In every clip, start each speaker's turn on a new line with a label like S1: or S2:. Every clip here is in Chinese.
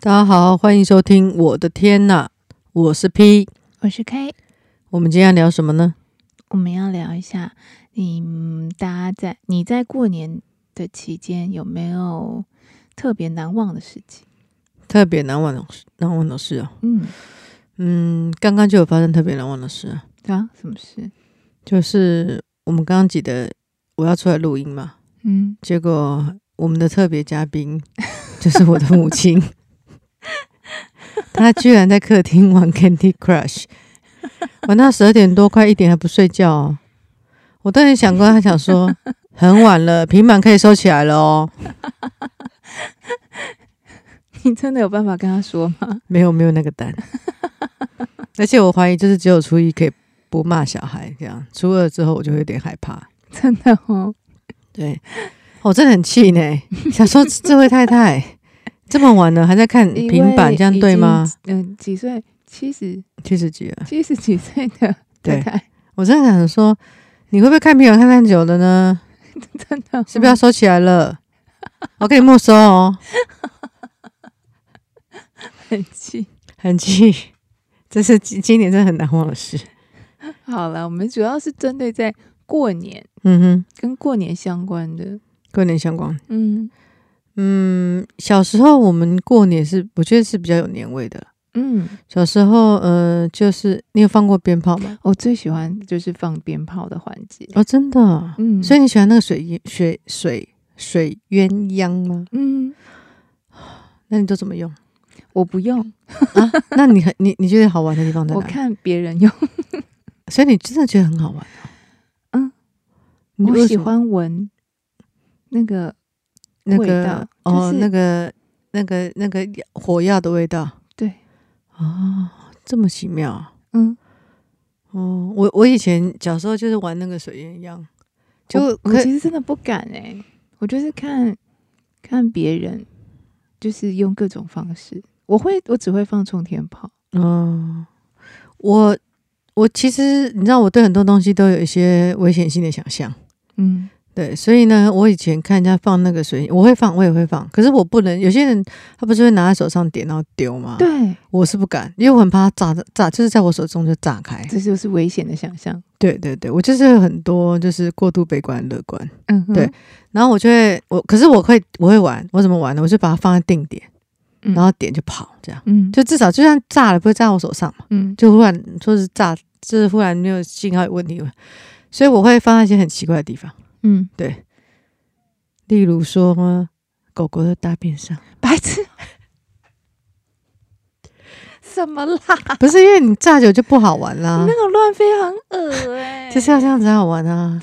S1: 大家好，欢迎收听《我的天呐》，我是 P。
S2: 我是 K，
S1: 我们今天要聊什么呢？
S2: 我们要聊一下，你嗯大家在你在过年的期间有没有特别难忘的事情？
S1: 特别难忘的事，难忘的事哦。
S2: 嗯，
S1: 嗯，刚刚就有发生特别难忘的事啊，
S2: 啊，什么事？
S1: 就是我们刚刚记得我要出来录音嘛，
S2: 嗯，
S1: 结果我们的特别嘉宾就是我的母亲，她居然在客厅玩 Candy Crush，玩到十二点多，快一点还不睡觉、哦。我当时想过，她想说很晚了，平板可以收起来了哦。
S2: 你真的有办法跟他说 吗？
S1: 没有没有那个 胆，而且我怀疑就是只有初一可以不骂小孩这样，初二之后我就会有点害怕。
S2: 真的哦，
S1: 对，我、真的很气 呢，想说这位太太这么晚了还在看
S2: 一位
S1: 平板，这样对吗
S2: 已？经？嗯、几岁？七十
S1: 七十几了，
S2: 七十几岁的
S1: 对
S2: 太太，
S1: 我真的想说，你会不会看平板看太久了呢？
S2: 真的哦
S1: 是不是要收起来 了？我给你没收哦，
S2: 很气？
S1: 很气，这是今今年真的很难忘的事。
S2: 好了，我们主要是针对在过年
S1: 嗯哼，
S2: 跟过年相关的。
S1: 过年相关。
S2: 嗯
S1: 嗯，小时候我们过年是，我觉得是比较有年味的啦。
S2: 嗯，
S1: 小时候，呃，就是你有放过鞭炮吗？
S2: 我最喜欢就是放鞭炮的环节。
S1: 哦，真的啊、
S2: 嗯，
S1: 所以你喜欢那个水鸳水水水鸳鸯吗？
S2: 嗯，
S1: 那你都怎么用？
S2: 我不用，
S1: 那你很你你觉得好玩的地方在
S2: 我
S1: 哪里？
S2: 看别人用，
S1: 所以你真的觉得很好玩、哦
S2: 嗯，
S1: 你
S2: 我
S1: 为
S2: 喜
S1: 什么
S2: 欢闻那个
S1: 那
S2: 味道
S1: 个哦，
S2: 就是
S1: 那个那个那个火药的味道
S2: 对，
S1: 哦，这么奇妙啊、
S2: 嗯，
S1: 哦，我我以前小时候就是玩那个水鸳鸯，就
S2: 我我
S1: 可
S2: 其实真的不敢哎、我就是看看别人，就是用各种方式，我会我只会放冲天炮，
S1: 嗯，我我其实你知道，我对很多东西都有一些危险性的想象，
S2: 嗯
S1: 对，所以呢，我以前看人家放那个水，我会放，我也会放，可是我不能。有些人他不是会拿在手上点然后丢吗？，
S2: 对，
S1: 我是不敢，因为我很怕它炸炸，就是在我手中就炸开。
S2: 这就是危险的想象，
S1: 对对对，我就是有很多就是过度悲观乐观，
S2: 嗯哼，
S1: 对然后我就会我，可是我会我会玩，我怎么玩呢？我就把它放在定点，
S2: 嗯
S1: 然后点就跑，这样
S2: 嗯，
S1: 就至少就算炸了不会炸我手上。
S2: 嗯
S1: 就忽然说是炸，就是忽然没有信号有问题嘛，所以我会放在一些很奇怪的地方，
S2: 嗯，
S1: 例如说呃狗狗的大便 上，
S2: 白痴，什么啦？
S1: 不是因为你炸久就不好玩
S2: 你
S1: 啦
S2: 那，个乱飞很恶哎、
S1: 就是要这样子才好玩啊，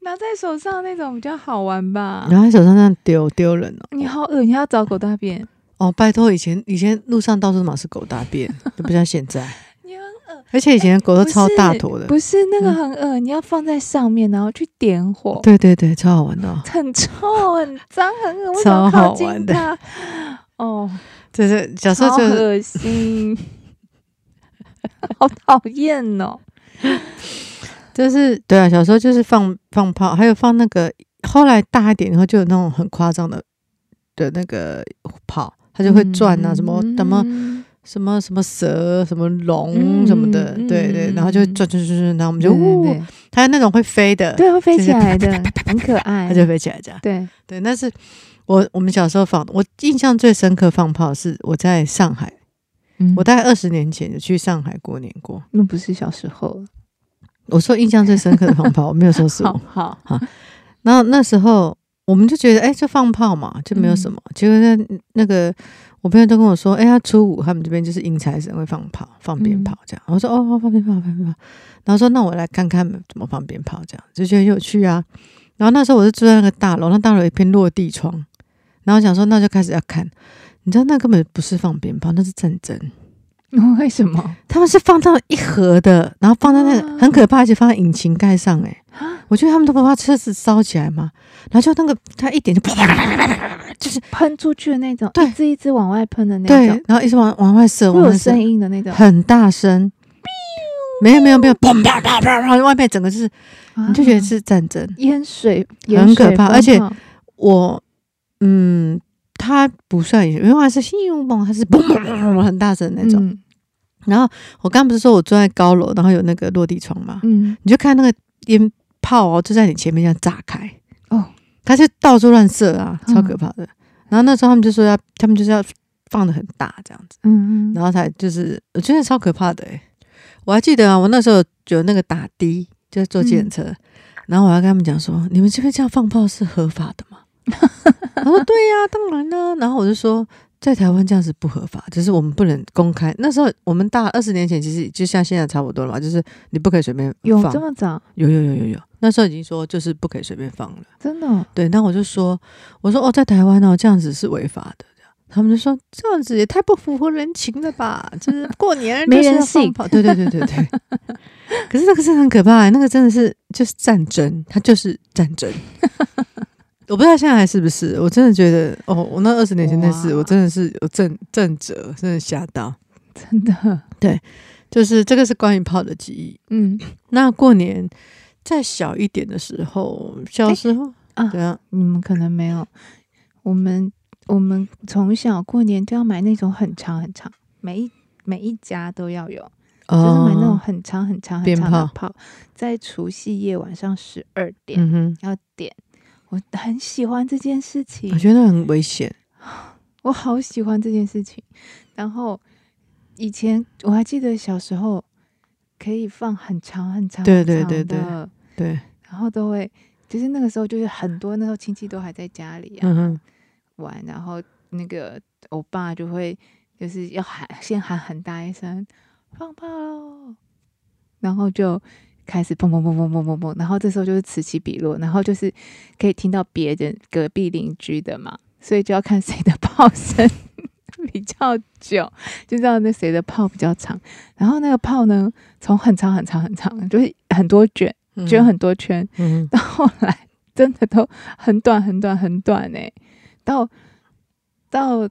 S2: 拿在手上那种比较好玩吧。
S1: 然后在手上这样丢丢人哦。
S2: 你好恶，你还要找狗大便，
S1: 哦，拜托，以前以前路上到处满是狗大便， 就不像现在，
S2: 你很恶，
S1: 而且以前的狗都超大坨的，
S2: 不是那个很恶，你要放在上面，然后去点火，
S1: 对对对，超好玩的、哦，
S2: 很臭、很脏、很恶，为什么
S1: 超好
S2: 要靠
S1: 玩
S2: 近
S1: 的
S2: 它？哦，
S1: 就是小时
S2: 好
S1: 候就是
S2: 恶心，好讨厌哦。
S1: 就是对啊，小时候就是放放炮，还有放那个，后来大一点以后就有那种很夸张的的那个炮，它就会转啊，什么什么
S2: 嗯
S1: 什么什么蛇、什么龙
S2: 嗯
S1: 什么的，
S2: 嗯
S1: 对对，
S2: 嗯
S1: 然后就会转转转转，然后我们
S2: 对
S1: 就
S2: 对
S1: 呜，
S2: 对，
S1: 还有那种会飞的，
S2: 对会飞
S1: 就是
S2: 起来的，很可爱
S1: 它。就飞起来这样。
S2: 对，
S1: 对，那是我我们小时候放，我印象最深刻放炮是我在上海，
S2: 嗯
S1: 我大概二十年前有去上海过年过。
S2: 那不是小时候了，
S1: 我说印象最深刻的放炮，我没有说是我
S2: 好。好，
S1: 然后那时候我们就觉得，哎、就放炮嘛，就没有什么。结果那那个我朋友都跟我说，哎、他初五他们这边就是迎财神会放炮，放鞭炮这样。我说哦，放鞭炮，放鞭炮。然后说那我来看看怎么放鞭炮，这样就觉得很有趣啊。然后那时候我是住在那个大楼，那大楼有一片落地窗，然后想说那就开始要看。你知道那根本不是放鞭炮，那是战争。
S2: 为什么
S1: 他们是放到一盒的，然后放在那个
S2: 啊
S1: 很可怕，而且放在引擎盖上、欸。
S2: 啊？
S1: 我觉得他们都不怕车子烧起来嘛，然后就那个他一点就啪啪啪啪啪啪啪啪，就是
S2: 喷出去的那种，
S1: 对
S2: 一支一支往外喷的那
S1: 对
S2: 种，，
S1: 然后一直往往外射，
S2: 会
S1: 往
S2: 有
S1: 外射
S2: 声，音的那种，
S1: 很大声。没有没有没有，砰啪啪啪，然后外面整个就是，
S2: 啊
S1: 你就觉得是战争。
S2: 淹水，
S1: 很
S2: 淹水
S1: 可怕
S2: 风
S1: 而且
S2: 暴
S1: 我嗯，它不算影响，因为它是信用嘣，它是嘣嘣嘣很大声的那种。
S2: 嗯
S1: 然后我刚不是说我住在高楼，然后有那个落地窗嘛，
S2: 嗯，
S1: 你就看那个烟炮哦，就在你前面这样炸开
S2: 哦，
S1: 它就到处乱射啊，
S2: 嗯
S1: 超可怕的。然后那时候他们就说要，他们就是要放的很大这样子，
S2: 嗯嗯
S1: 然后才就是我觉得超可怕的、欸、我还记得啊，我那时候有那个打的，就是坐计程车，
S2: 嗯
S1: 然后我还跟他们讲说，你们这边这样放炮是合法的 吗？他说对呀、当然啦、然后我就说。在台湾这样是不合法，就是我们不能公开。那时候我们大二十年前，其实就像现在差不多了嘛，就是你不可以随便
S2: 有
S1: 放
S2: 这么早？
S1: 有有有有有，那时候已经说就是不可以随便放了。
S2: 真的哦？
S1: 对，那我就说，我说哦，在台湾哦，这样子是违法的。这样他们就说这样子也太不符合人情了吧？就是过年
S2: 没
S1: 就是要
S2: 人
S1: 放
S2: 性
S1: 炮对对对对对。可是那个真的很可怕、欸那个真的是就是战争，它就是战争。我不知道现在还是不是，我真的觉得哦，我那二十年前那次，
S2: 哇
S1: 我真的是有震震折，真的吓到。
S2: 真的？
S1: 就是这个是关于炮的记忆。
S2: 嗯
S1: 那过年再小一点的时候，小时候、
S2: 啊
S1: 对啊，
S2: 你们可能没有，我们我们从小过年都要买那种很长很长，每一每一家都要有，就是买那种
S1: 哦，
S2: 很长很长很
S1: 鞭
S2: 长的
S1: 炮
S2: 炮，在除夕夜晚上十二点、
S1: 嗯哼，
S2: 要点。我很喜欢这件事情
S1: 我，觉得很危险。
S2: 我好喜欢这件事情。然后以前我还记得小时候可以放很长很长
S1: 对
S2: 很
S1: 对
S2: 长
S1: 对对
S2: 的
S1: 对，
S2: 然后都会，就是那个时候就是很多那时候亲戚都还在家里啊、
S1: 嗯哼，
S2: 玩，然后那个欧巴就会就是要喊，先喊很大一声放炮喽，然后就开始砰砰砰砰砰砰砰，然后这时候就是此起彼落，然后就是可以听到别人隔壁邻居的嘛，所以就要看谁的 炮声比较久，就知道那谁的炮比较长。然后那个炮呢，从很长很长很长，就是很多卷，
S1: 嗯
S2: 卷很多圈，
S1: 嗯
S2: 到后来真的都很短很短很短哎、到到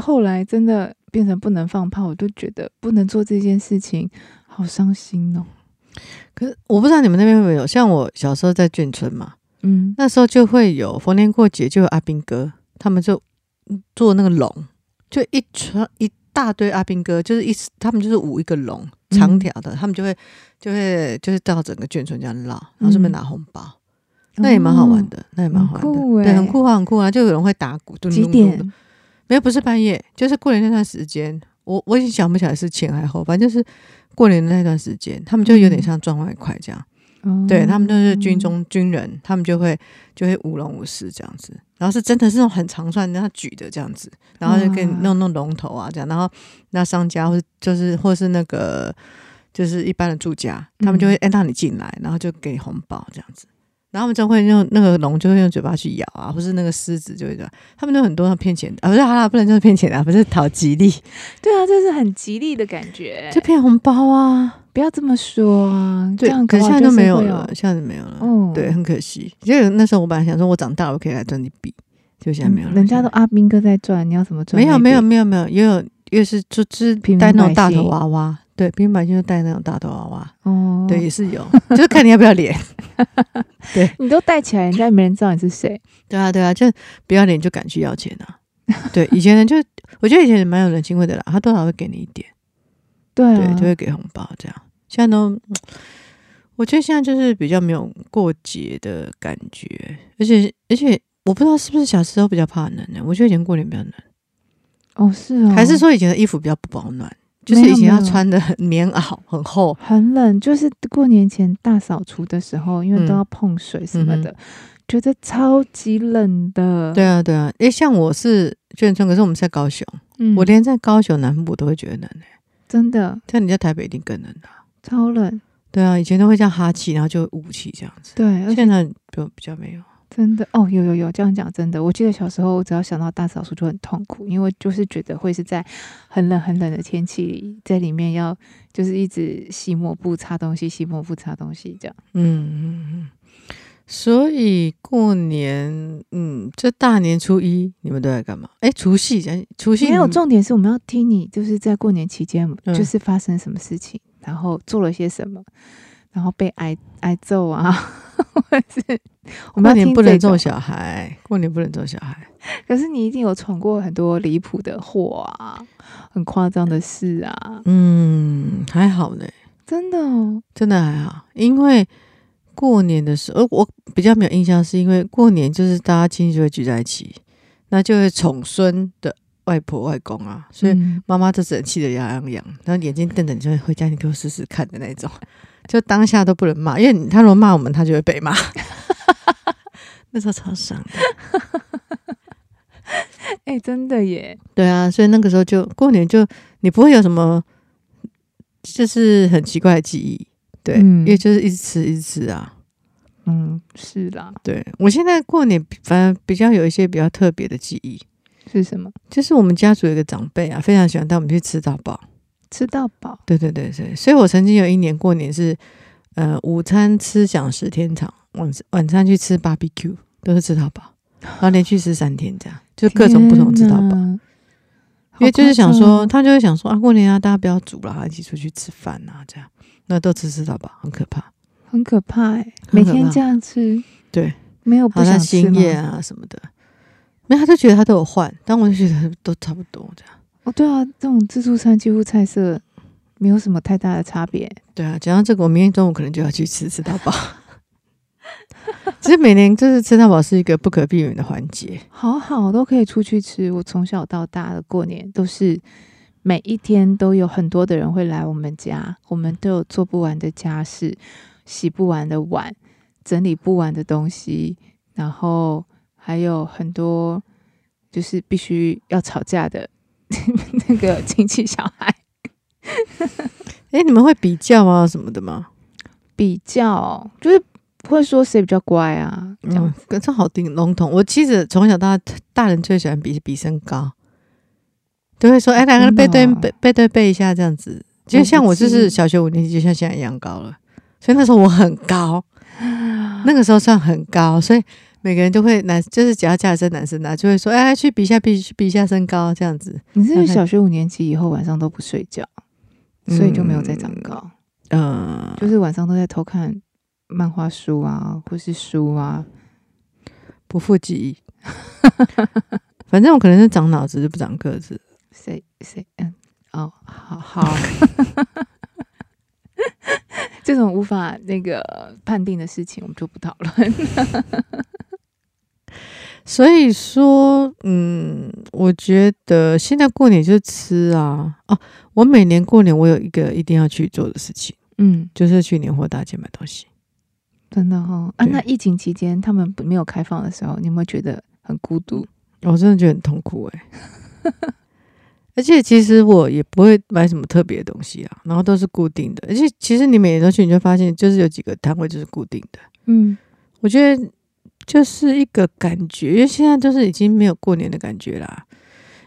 S2: 后来真的变成不能放炮，我就觉得不能做这件事情，好伤心哦。
S1: 哼。可是我不知道你们那边有没有，像我小时候在眷村嘛，
S2: 嗯，
S1: 那时候就会有逢年过节就有阿兵哥，他们就做那个龙，就一串一大堆阿兵哥，就是一他们就是舞一个龙，长
S2: 嗯
S1: 条的，他们就会就会就是到整个眷村这样绕，然后顺便
S2: 嗯
S1: 拿红包。那也蛮好玩的，那也蛮好玩
S2: 哦很
S1: 的，
S2: 酷欸
S1: 对，很酷啊，很酷啊！就有人会打鼓，
S2: 哦。
S1: 咚
S2: 几
S1: 咚咚的
S2: 点？
S1: 没有，不是半夜，就是过年那段时间。我我已经想不起来是前还是后，反正就是过年的那段时间，他们就有
S2: 嗯
S1: 点像赚外快这样。
S2: 哦
S1: 对他们就是军。中军人，他们就会就会舞龙舞狮这样子，然后是真的是那种很长串，那举的这样子，然后就给你
S2: 哇
S1: 弄弄龙头啊这样，然后那商家或是就是或是那个就是一般的住家，他们就
S2: 嗯
S1: 会哎、让你进来，然后就给你红包这样子。然后他们就会用那个龙，就会用嘴巴去咬啊，或是那个狮子就会这样。他们就很多那骗钱的啊，不是好啦，不能叫骗钱的啊，不是讨吉利，
S2: 对啊，这是很吉利的感觉。
S1: 就骗红包啊。
S2: 不要这么说啊，这
S1: 对
S2: 样，
S1: 可
S2: 搞不
S1: 现在
S2: 好就
S1: 都
S2: 是
S1: 没有
S2: 会
S1: 了，现在都没有了。
S2: 哦，
S1: 对，，很可惜。就那时候我本来想说，我长大了我可以来赚一笔，就现在没有了。
S2: 嗯人家都阿兵哥在赚，你要怎么赚
S1: 没
S2: 那
S1: 有
S2: 笔？
S1: 没有没有没有，也有也是就是
S2: 平民
S1: 带那种
S2: 百
S1: 大头
S2: 姓
S1: 娃娃，对，平民百姓就带那种大头娃娃，
S2: 哦，
S1: 对，也是 有，就是看你要不要脸。
S2: 你都带起来，人家也没人知道你是谁。
S1: 对啊对啊，就不要脸就敢去要钱啊。对，以前人就我觉得以前人蛮有人情味的啦，他多少会给你一点，
S2: 对
S1: 对
S2: 啊，，
S1: 就会给红包这样。现在都，我觉得现在就是比较没有过节的感觉，而且而且我不知道是不是小时候比较怕冷呢、我觉得以前过年比较冷。
S2: 哦是哦，
S1: 还是说以前的衣服比较不保暖，就
S2: 没
S1: 是
S2: 有
S1: 以前要
S2: 没有
S1: 穿的很棉袄很厚，
S2: 很冷，就是过年前大扫除的时候，因为都
S1: 嗯
S2: 要碰水什么的，觉得超级冷的。
S1: 对，啊对啊，因为像我是眷村，可是我们是在高雄，
S2: 嗯
S1: 我连在高雄南部都会觉得冷、欸，
S2: 真的
S1: 像你在台北一定更冷啊。
S2: 超冷，
S1: 对啊，以前都会这样哈气，然后就雾气这样子，
S2: 对，而且
S1: 现在就比较没有。
S2: 真的哦，有有有，这样讲真的，我记得小时候只要想到大扫除就很痛苦，因为就是觉得会是在很冷很冷的天气里，在里面要就是一直洗抹布擦东西，洗抹布擦东西这样。
S1: 嗯嗯嗯。所以过年，嗯，这大年初一你们都在干嘛？哎，除夕，哎，除夕
S2: 没
S1: 你
S2: 有，
S1: 们
S2: 重点是我们要听你就是在过年期间
S1: 嗯
S2: 就是发生什么事情，然后做了些什么，然后被挨挨揍啊， 或者是我
S1: 过
S2: 们要
S1: 年
S2: 听
S1: 不能
S2: 这种
S1: 揍小孩，过年不能揍小孩。
S2: 可是你一定有闯过很多离谱的祸啊，很夸张的事啊，
S1: 嗯，还好呢，
S2: 真的哦，
S1: 真的还好，因为过年的时候，呃我比较没有印象，是因为过年就是大家亲戚就会聚在一起，那就会宠孙的外婆外公啊，所以
S2: 嗯
S1: 妈妈就只能气得牙痒痒，然后眼睛瞪着你，就会回家你给我试试看的那种， 就当下都不能骂，因为你他如果骂我们，他就会被骂。那时候超爽的，
S2: 哎、真的耶，
S1: 对啊，所以那个时候就过年就你不会有什么，就是很奇怪的记忆，对，
S2: 嗯
S1: 因为就是一直吃一直吃啊。
S2: 嗯，是啦，
S1: 对我现在过年比反而比较有一些比较特别的记忆，
S2: 是什么？
S1: 就是我们家族有一个长辈啊，非常喜欢带我们去吃到饱。
S2: 吃到饱，
S1: 对对对对，所以我曾经有一年过年是，呃，午餐吃享食天堂，晚晚餐去吃 BBQ，都是吃到饱，然后连续吃三天这样，就各种不同吃到
S2: 天
S1: 饱。
S2: 哪，
S1: 因为就是想说，
S2: 好夸张哦
S1: 他就会想说啊，过年啊，大家不要煮啦，一起出去吃饭啊，这样，那都吃吃到饱，很可怕。
S2: 很可怕哎、
S1: 很
S2: 每
S1: 可
S2: 天
S1: 怕
S2: 这样吃，
S1: 对，
S2: 没有
S1: 好
S2: 不
S1: 像
S2: 想吃
S1: 新
S2: 吗？
S1: 叶啊什么的，没有，他就觉得他都有换，但我就觉得都差不多这样。
S2: 哦，对啊，这种自助餐几乎菜色没有什么太大的差别，
S1: 对啊，讲到这个，我明天中午可能就要去吃吃到饱。 其实每年就是吃到饱是一个不可避免的环节，
S2: 好好都可以出去吃。我从小到大的过年都是每一天都有很多的人会来我们家，我们都有做不完的家事，洗不完的碗，整理不完的东西，然后还有很多就是必须要吵架的 那个亲戚小孩
S1: 哎，你们会比较啊什么的吗？
S2: 比较，就是会说谁比较乖啊，这样
S1: 嗯，这好定笼统。我其实从小到大，大人最喜欢比比身高，都会说：“哎，两个人背对
S2: 真的哦
S1: 背背对背一下，这样子。”就像我就是小学五年级，就像现在一样高了，所以那时候我很高，那个时候算很高，所以每个人都会男，就是只要家里是男生的，就会说：“哎，去比一下，比去比一下身高，这样子。
S2: 你是不
S1: 大
S2: 是
S1: 概
S2: 小学五年级以后晚上都不睡觉，所以就没有再长
S1: 嗯
S2: 高？
S1: 嗯，
S2: 就是晚上都在偷看漫画书啊，或是书啊。
S1: 不负记忆。 反正我可能是长脑子，就不长个子。
S2: 谁谁嗯哦，好好，这种无法那个判定的事情，我们就不讨论。
S1: 所以说，嗯，我觉得现在过年就吃啊，哦、我每年过年我有一个一定要去做的事情，
S2: 嗯，
S1: 就是去年货大街买东西。
S2: 真的哦。啊，
S1: 对
S2: 那疫情期间他们不没有开放的时候，你有没有觉得很孤独？
S1: 我真的觉得很痛苦哎、 而且其实我也不会买什么特别的东西啊，然后都是固定的。而且其实你每年都去，你就发现就是有几个摊位就是固定的。
S2: 嗯，
S1: 我觉得就是一个感觉，因为现在就是已经没有过年的感觉啦。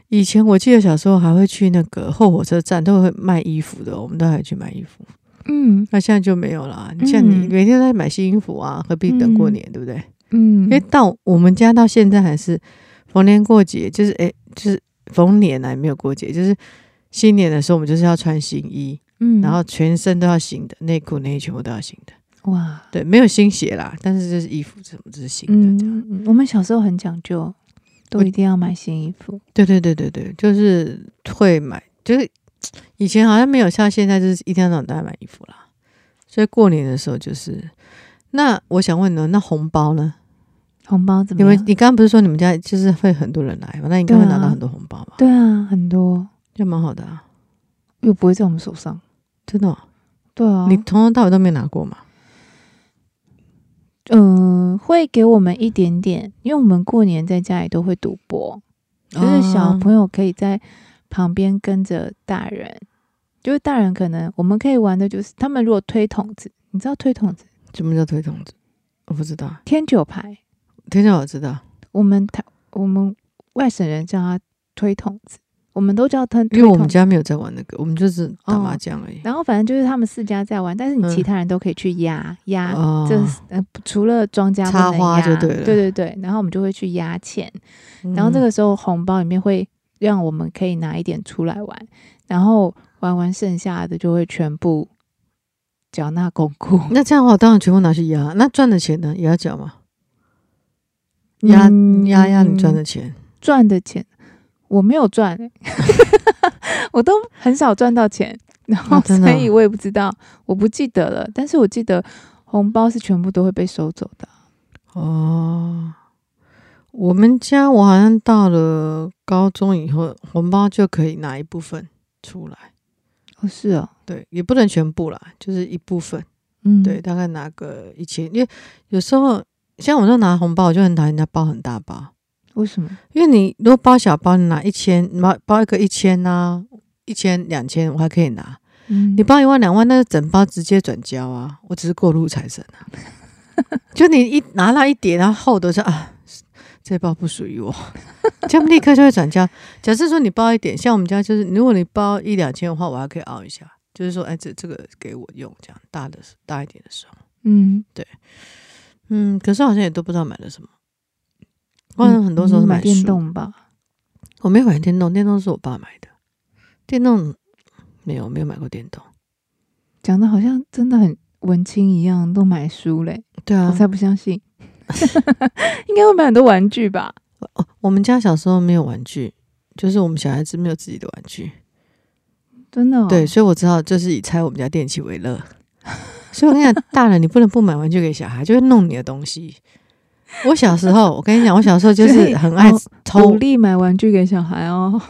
S1: 以前我记得小时候还会去那个后火车站，都会卖衣服的，我们都还去买衣服。
S2: 嗯
S1: 那现在就没有啦。你像你
S2: 嗯
S1: 每天都在买新衣服啊，何必等过
S2: 嗯
S1: 年，对不对？
S2: 嗯
S1: 因为到我们家到现在还是逢年过节，就是诶，就是逢年来没有过节，就是新年的时候我们就是要穿新衣，
S2: 嗯
S1: 然后全身都要新的，内裤内衣全部都要新的。
S2: 哇，
S1: 对，没有新鞋啦，但是就是衣服什么就是新的这样。
S2: 嗯，嗯我们小时候很讲究，都
S1: 我
S2: 一定要买新衣服。
S1: 对对对对对，就是会买，就是以前好像没有像现在，就是一天到晚都在买衣服啦。所以过年的时候就是，那我想问哦呢，那红包呢？
S2: 红包怎
S1: 你
S2: 么
S1: 们
S2: 样？
S1: 你刚刚不是说你们家就是会很多人来嘛？那你应该会
S2: 嗯对啊
S1: 拿到很多红包嘛？
S2: 对啊，很多
S1: 就蛮好的啊，
S2: 又不会在我们手上。
S1: 真的哦、
S2: 对啊，
S1: 你从头到尾都没拿过嘛？
S2: 嗯、会给我们一点点，因为我们过年在家里都会赌博，就是小
S1: 哦
S2: 朋友可以在旁边跟着大人，就是大人可能我们可以玩的就是他们如果推筒子，你知道推筒子
S1: 什么叫推筒子？我不知道，
S2: 天九牌，
S1: 推筒我知道，
S2: 我们台我们外省人叫它推筒子，我们都叫它推
S1: 因为我
S2: 筒
S1: 们
S2: 子。
S1: 家没有在玩那个，我们就是打
S2: 哦
S1: 麻将而已。
S2: 然后反正就是他们四家在玩，但是你
S1: 嗯
S2: 其他人都可以去压压
S1: 哦
S2: 这是呃，除了庄家不
S1: 插
S2: 能
S1: 花
S2: 压
S1: 就对了
S2: 对对对，然后我们就会去压钱，然后
S1: 嗯
S2: 这个时候红包里面会让我们可以拿一点出来玩，然后玩完剩下的就会全部缴纳公库，
S1: 嗯那这样的话，我当然全部拿去压。那赚的钱呢，也要缴嘛？压
S2: 嗯
S1: 压压你赚的钱，
S2: 赚的钱，我没有赚、 欸，我都很少赚到钱，然后
S1: 哦真的
S2: 所
S1: 哦
S2: 以我也不知道，我不记得了。但是我记得红包是全部都会被收走的。
S1: 哦，我们家我好像到了高中以后，红包就可以拿一部分出来，
S2: 哦，是哦，
S1: 对，也不能全部啦，就是一部分，
S2: 嗯，
S1: 对，，大概拿个一千，因为有时候像我说拿红包，我就很讨厌人家包很大包，
S2: 为什么？
S1: 因为你如果包小包，你拿一千，你包包一个一千呐、一千两千我还可以拿，
S2: 嗯
S1: 你包一万两万，那整包直接转交啊，我只是过路财神啊。 就你一拿到一叠，然后厚的说啊，这包不属于我， 这样立刻就会转交。假设说你包一点，像我们家就是，如果你包一两千的话，我还可以熬一下，就是说，哎，这这个给我用，这样大的大一点的时候，
S2: 嗯，
S1: 嗯，可是好像也都不知道买了什么。我好像很多时候
S2: 你
S1: 是
S2: 嗯买电
S1: 书，
S2: 动吧，
S1: 我没有买电动，电动是我爸买的，电动没有没有买过电动，
S2: 讲的好像真的很文青一样，都买书嘞，
S1: 对啊
S2: 我，才不相信， 应该会买很多玩具吧？
S1: 哦，我们家小时候没有玩具，就是我们小孩子没有自己的玩具，
S2: 真的、哦，
S1: 对，，所以我只好就是以拆我们家电器为乐。 所以我跟你讲，大人你不能不买玩具给小孩，就会弄你的东西。我小时候，我跟你讲，我小时候就
S2: 所以
S1: 是很爱
S2: 哦
S1: 偷
S2: 鼓，励买玩具给小 孩哦。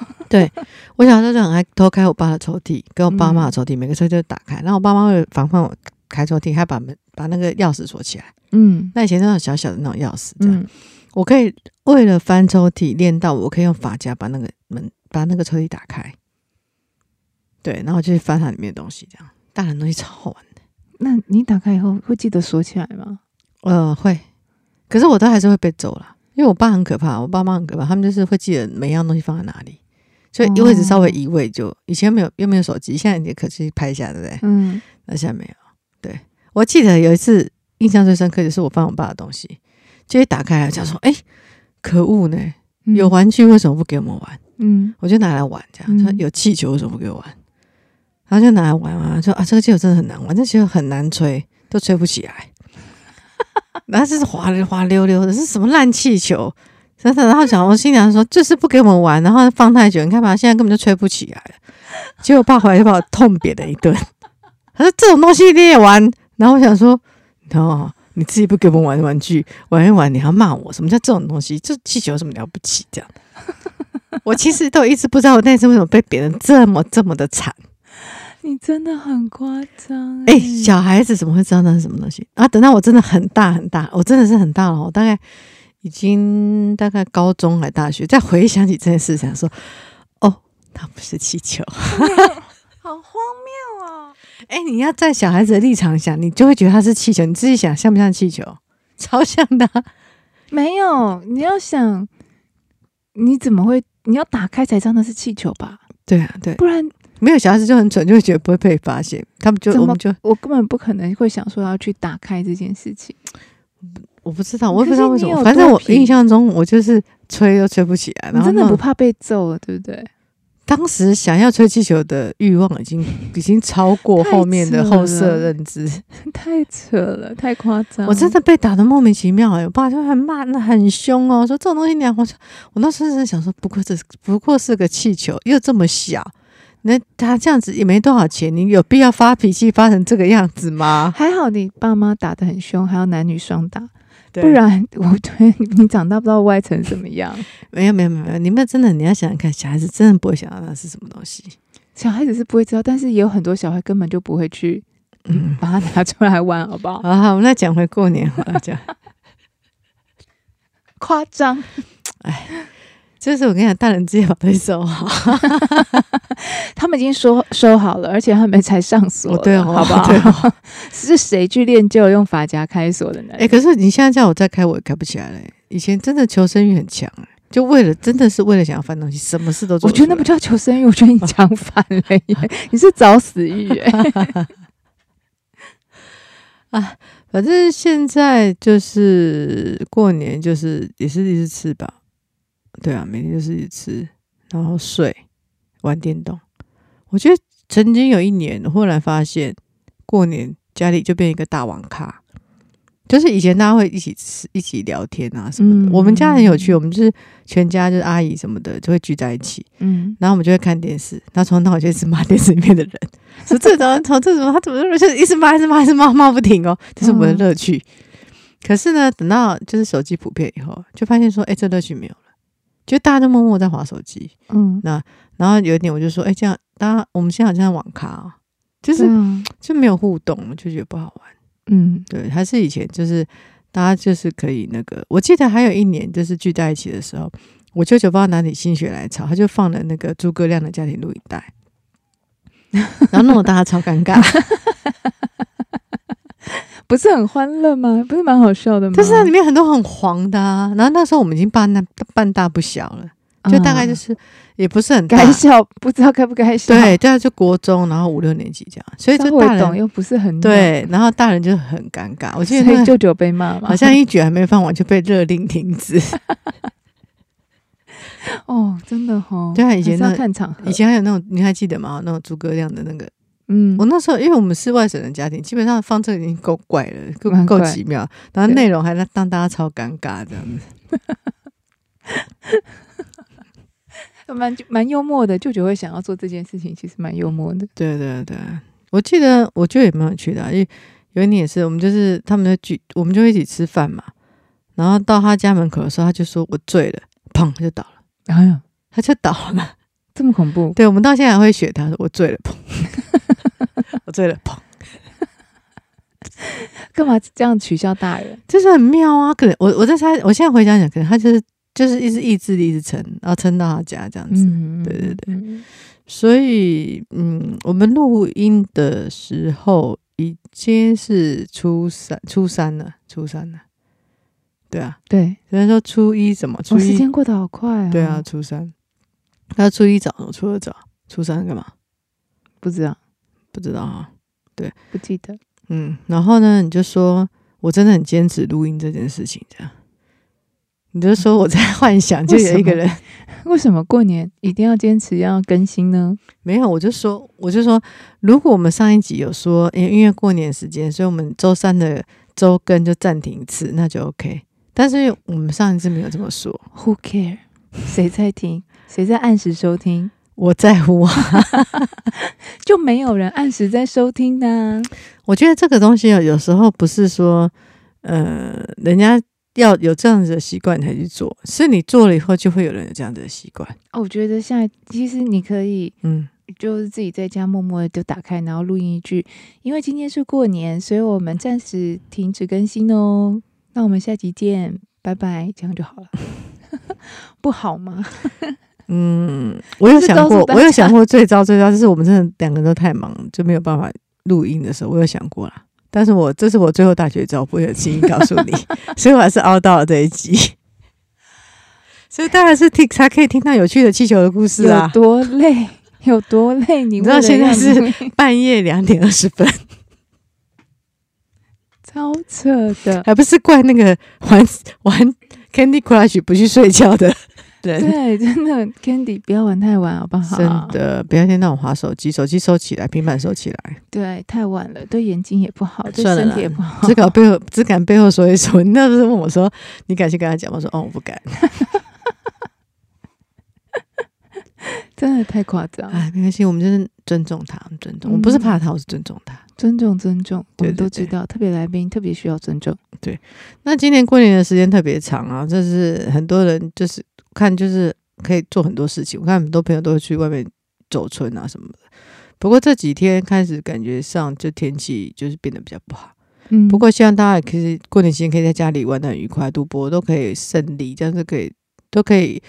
S1: 我小时候就很爱偷开我爸的抽屉，跟我爸妈的
S2: 嗯
S1: 抽屉，每个抽屉都打开，然后我爸妈为了防范我开抽屉，还把门把那个钥匙锁起来。
S2: 嗯
S1: 那以前那种小小的那种钥匙，这样、
S2: 嗯，
S1: 我可以为了翻抽屉练到，我可以用发夹把那个门把那个抽屉打开，对，然后就去翻它里面的东西，这样大人东西超好玩的。
S2: 那你打开以后会记得锁起来吗？
S1: 呃，会，可是我都还是会被揍啦，因为我爸很可怕，我爸妈很可怕，他们就是会记得每样东西放在哪里，所以一位置稍微移位就以前没有又没有手机，现在也可去拍一下，对不对？
S2: 嗯，
S1: 那现在没有。对我记得有一次印象最深刻就是我翻我爸的东西，就一打开来想说，哎、可恶呢，
S2: 嗯
S1: 有，玩具为什么不给我们玩？
S2: 嗯
S1: 我就拿来玩，这样
S2: 嗯
S1: 说有气球为什么不给我玩？然后就拿来玩玩，说啊，这个气球真的很难玩，这气球很难吹，都吹不起来。 然后就是滑溜滑溜溜的，是什么烂气球？真的，然后想，我心想说，就是不给我们玩，然后放太久，你看吧，现在根本就吹不起来了。结果我爸回来就把我痛扁了一顿， 他说这种东西你也玩？然后我想说，哦，你自己不给我们玩玩具，玩一玩你还骂我，什么叫这种东西？这气球有什么了不起？这样。我其实都一直不知道我那次为什么被别人这么这么的惨。
S2: 你真的很夸张欸
S1: 哎、小孩子怎么会知道那是什么东西啊？等到我真的很大很大，我真的是很大了，我大概已经大概高中还大学，再回想起这件事，想说，哦，它不是气球。
S2: 好荒谬啊！
S1: 哎、你要在小孩子的立场想，你就会觉得它是气球。你自己想像不像气球？ 超像的啊、
S2: 没有，你要想，你怎么会？你要打开才知道那是气球吧？
S1: 对啊，对，
S2: 不然
S1: 没有小孩子就很蠢，就会觉得不会被发现。他们就
S2: 怎么
S1: 我们就
S2: 我根本不可能会想说要去打开这件事情。
S1: 我不知道，我也不知道为什
S2: 可是
S1: 么。
S2: 你有
S1: 反正我
S2: 多皮
S1: 印象中，我就是吹都吹不起来，
S2: 你
S1: 然后
S2: 真的
S1: 弄
S2: 不怕被揍了，对不对？
S1: 当时想要吹气球的欲望已经已经超过后面的后设认知，
S2: 太扯了，太夸张！
S1: 我真的被打的莫名其妙、欸。我爸就很骂，那很凶哦，说这种东西你还我说我那时候真的想说，不过这不过是个气球，又这么小，那他这样子也没多少钱，你有必要发脾气发成这个样子 吗？
S2: 还好，你爸妈打得很凶，还要男女双打，
S1: 对
S2: 不然我觉得你长大不知道歪成什 么样。
S1: 没有没有没有没有，你们真的你要想想看，小孩子真的不会想到那是什么东西。
S2: 小孩子是不会知道，但是也有很多小孩根本就不会去
S1: 嗯，
S2: 把它拿出来玩，好不好？
S1: 好好，我们再讲回过年好了，讲。
S2: 夸张，
S1: 就是我跟你讲，大人自己把东西收好。
S2: 他们已经收收好了，而且他们才上锁了、
S1: 哦对哦
S2: 好不好？
S1: 对
S2: 是谁去练就用法夹开锁的呢？
S1: 哎、可是你现在叫我再开，我也开不起来了欸、以前真的求生欲很强、欸，就为了真的是为了想要翻东西，什么事都做
S2: 我
S1: 得
S2: 觉
S1: 出来。
S2: 得那不叫求生欲，我觉得你讲反了 耶！你是找死欲耶！
S1: 反正现在就是过年，就是也是一直吃吧。对啊，每天就是一直吃，然后睡，玩电动。我觉得曾经有一年，我忽然发现过年家里就变一个大网咖。就是以前大家会一起吃、一起聊天啊什么的。
S2: 嗯
S1: 我们家很有趣，我们就是全家就是阿姨什么的就会聚在一起，
S2: 嗯，
S1: 然后我们就会看电视，然后从头到尾就一直骂电视里面的人，说这怎么，从这怎么，他怎么就是一直骂、一直骂、一直骂，骂不停哦，这是我们的乐趣。可是呢，等到就是手机普遍以后，就发现说，哎、这乐趣没有了，就大家都默默在划手机。
S2: 嗯，
S1: 然后有一点我就说，哎、这样大家我们现在好像在网咖、哦，就
S2: 就是
S1: 是就没有互动了，就觉得不好玩。
S2: 嗯
S1: 对，还是以前就是大家就是可以那个，我记得还有一年就是聚在一起的时候，我舅舅不知道哪里心血来潮，他就放了那个诸葛亮的家庭录影 带，然后弄得大家超尴尬。
S2: 啊不是很欢乐吗？不是蛮好笑的吗？
S1: 但是那里面很多很黄的啊，然后那时候我们已经半大半大不小了，就大概就
S2: 嗯
S1: 是、也不是很大
S2: 该，笑，不知道该不该笑。
S1: 对，对啊，就国中，然后五六年级这样，所以
S2: 稍
S1: 就大
S2: 微懂
S1: 人
S2: 又不是很
S1: 对，然后大人就很尴尬。我记
S2: 懂，
S1: 得
S2: 所以
S1: 那个
S2: 舅舅被骂嘛。
S1: 好像一局还没放完就被勒令停止。
S2: 哦，真的哈。
S1: 对啊以前
S2: 还是要
S1: 那
S2: 看场合
S1: 以。前还有那种，你还记得吗？那种诸葛亮的那个，
S2: 嗯
S1: 我，那时候因为我们是外省人家庭，基本上放这个已经够怪了，够
S2: 蛮怪
S1: 够奇妙，然后内容还让让大家超尴尬这样子。
S2: 蛮蛮幽默的，舅舅会想要做这件事情，其实蛮幽默的。
S1: 对对对，我记得我觉得也蛮有趣的啊、因为有一年也是，我们就是他们就聚，我们就一起吃饭嘛，然后到他家门口的时候，他就说我醉了，砰他就倒了，
S2: 哎呀，
S1: 他就倒 了。
S2: 这么恐怖！
S1: 对，我们到现在还会学他说我醉了， 砰，我醉了，砰。
S2: 干嘛这样取笑大人？
S1: 就是很妙啊。可能我我在猜，我现在回想想，可能他就是就是一直意志力一直撑，然后撑到他家这样子。
S2: 嗯，
S1: 对对对
S2: 对，
S1: 所以嗯，我们录音的时候已经是初三，初三了，初三了。对啊，
S2: 对，
S1: 虽然说初一怎么初
S2: 哦我时
S1: 一、
S2: 间过得好快啊。
S1: 对啊，，初三，那初一早，初二早，初三干嘛？
S2: 不知道，
S1: 不知道啊。
S2: 不记得。
S1: 嗯，然后呢，你就说我真的很坚持录音这件事情，这样。你就说我在幻想，就
S2: 为什
S1: 有一个
S2: 么
S1: 人
S2: 为什么过年一定要坚持要更新呢？
S1: 没有，我就说，我就说，如果我们上一集有说，因为因为过年时间，所以我们周三的周更就暂停一次，那就 OK。但是我们上一次没有这么说，
S2: Who care？谁在听？谁在按时收听？
S1: 我在乎啊。
S2: 就没有人按时在收听啊呢、
S1: 我觉得这个东西有有时候不是说，呃，人家要有这样子的习惯才去做，是你做了以后就会有人有这样子的习惯。
S2: 哦，我觉得现在其实你可以
S1: 嗯，
S2: 就是自己在家默默的就打开，然后录音一句，因为今天是过年，所以我们暂时停止更新哦。那我们下集见，拜拜，这样就好了， 不好吗？
S1: 嗯，我有
S2: 就是告
S1: 想
S2: 诉
S1: 过，
S2: 大
S1: 我有
S2: 家
S1: 想过最糟最糟就是我们真的两个人都太忙，就没有办法录音的时候，我有想过啦。但是我这是我最后大绝招，我不会有轻易告诉 你，所以我还是熬到了这一集。所以当然是听才可以听到有趣的气球的故事
S2: 有
S1: 啊！
S2: 多累，有多累？你
S1: 你知道
S2: 为了
S1: 现在
S2: 要
S1: 是
S2: 录音
S1: 半夜两点二十分，
S2: 超扯的，
S1: 还不是怪那个玩玩 Candy Crush 不去睡觉的人。
S2: 对，啊真的，Candy 不要玩太晚好不好？
S1: 真，的，不要天到晚划手机，手机收起来，平板收起来，
S2: 对，太晚了，对眼睛也 不好，对
S1: 算了
S2: 身
S1: 啦
S2: 体也不好。
S1: 只敢背后只敢背后说一说。 你那时候问我说：“你敢去跟他讲吗？”我说：“哦，我不敢。
S2: 真的太夸”张，
S1: 哎，没关系，我们就是尊重他，我们尊重。我不是
S2: 嗯
S1: 怕他，我是尊重他。
S2: 尊重尊重，我
S1: 对
S2: 们
S1: 对
S2: 都知
S1: 对
S2: 道，特别来宾特别需要尊重。
S1: 那今年过年的时间特别长啊，这是很多人就是看就是可以做很多事情。我看很多朋友都会去外面走村啊什么的。不过这几天开始感觉上就天气就是变得比较不好。
S2: 嗯，
S1: 不过希望大家也可以过年期间可以在家里玩的很愉快，赌博都可以胜利，这样就可以都可以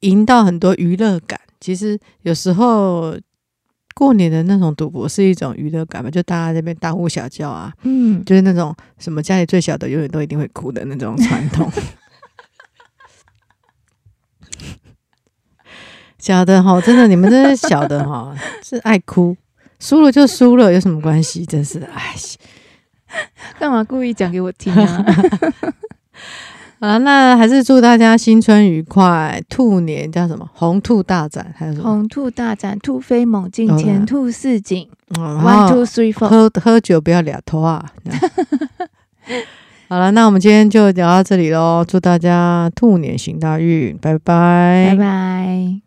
S1: 赢到很多娱乐感。其实有时候过年的那种赌博是一种娱乐感嘛，就大家这边大呼小叫啊，
S2: 嗯，
S1: 就是那种什么家里最小的永远都一定会哭的那种传 统。小的哈，真的，你们这些小的哈，是爱哭，输了就输了，有什么关系？真是的，哎。
S2: 干嘛故意讲给我听 啊？
S1: 啊，那还是祝大家新春愉快，兔年叫什么？红兔大展，还有什么？
S2: 红兔大展，突飞猛进，
S1: 当然
S2: 前兔似锦。
S1: 嗯，然
S2: One
S1: 后
S2: two three four，
S1: 喝喝酒不要俩头啊。这样好了，那我们今天就聊到这里喽，祝大家兔年行大运，拜拜
S2: 拜拜。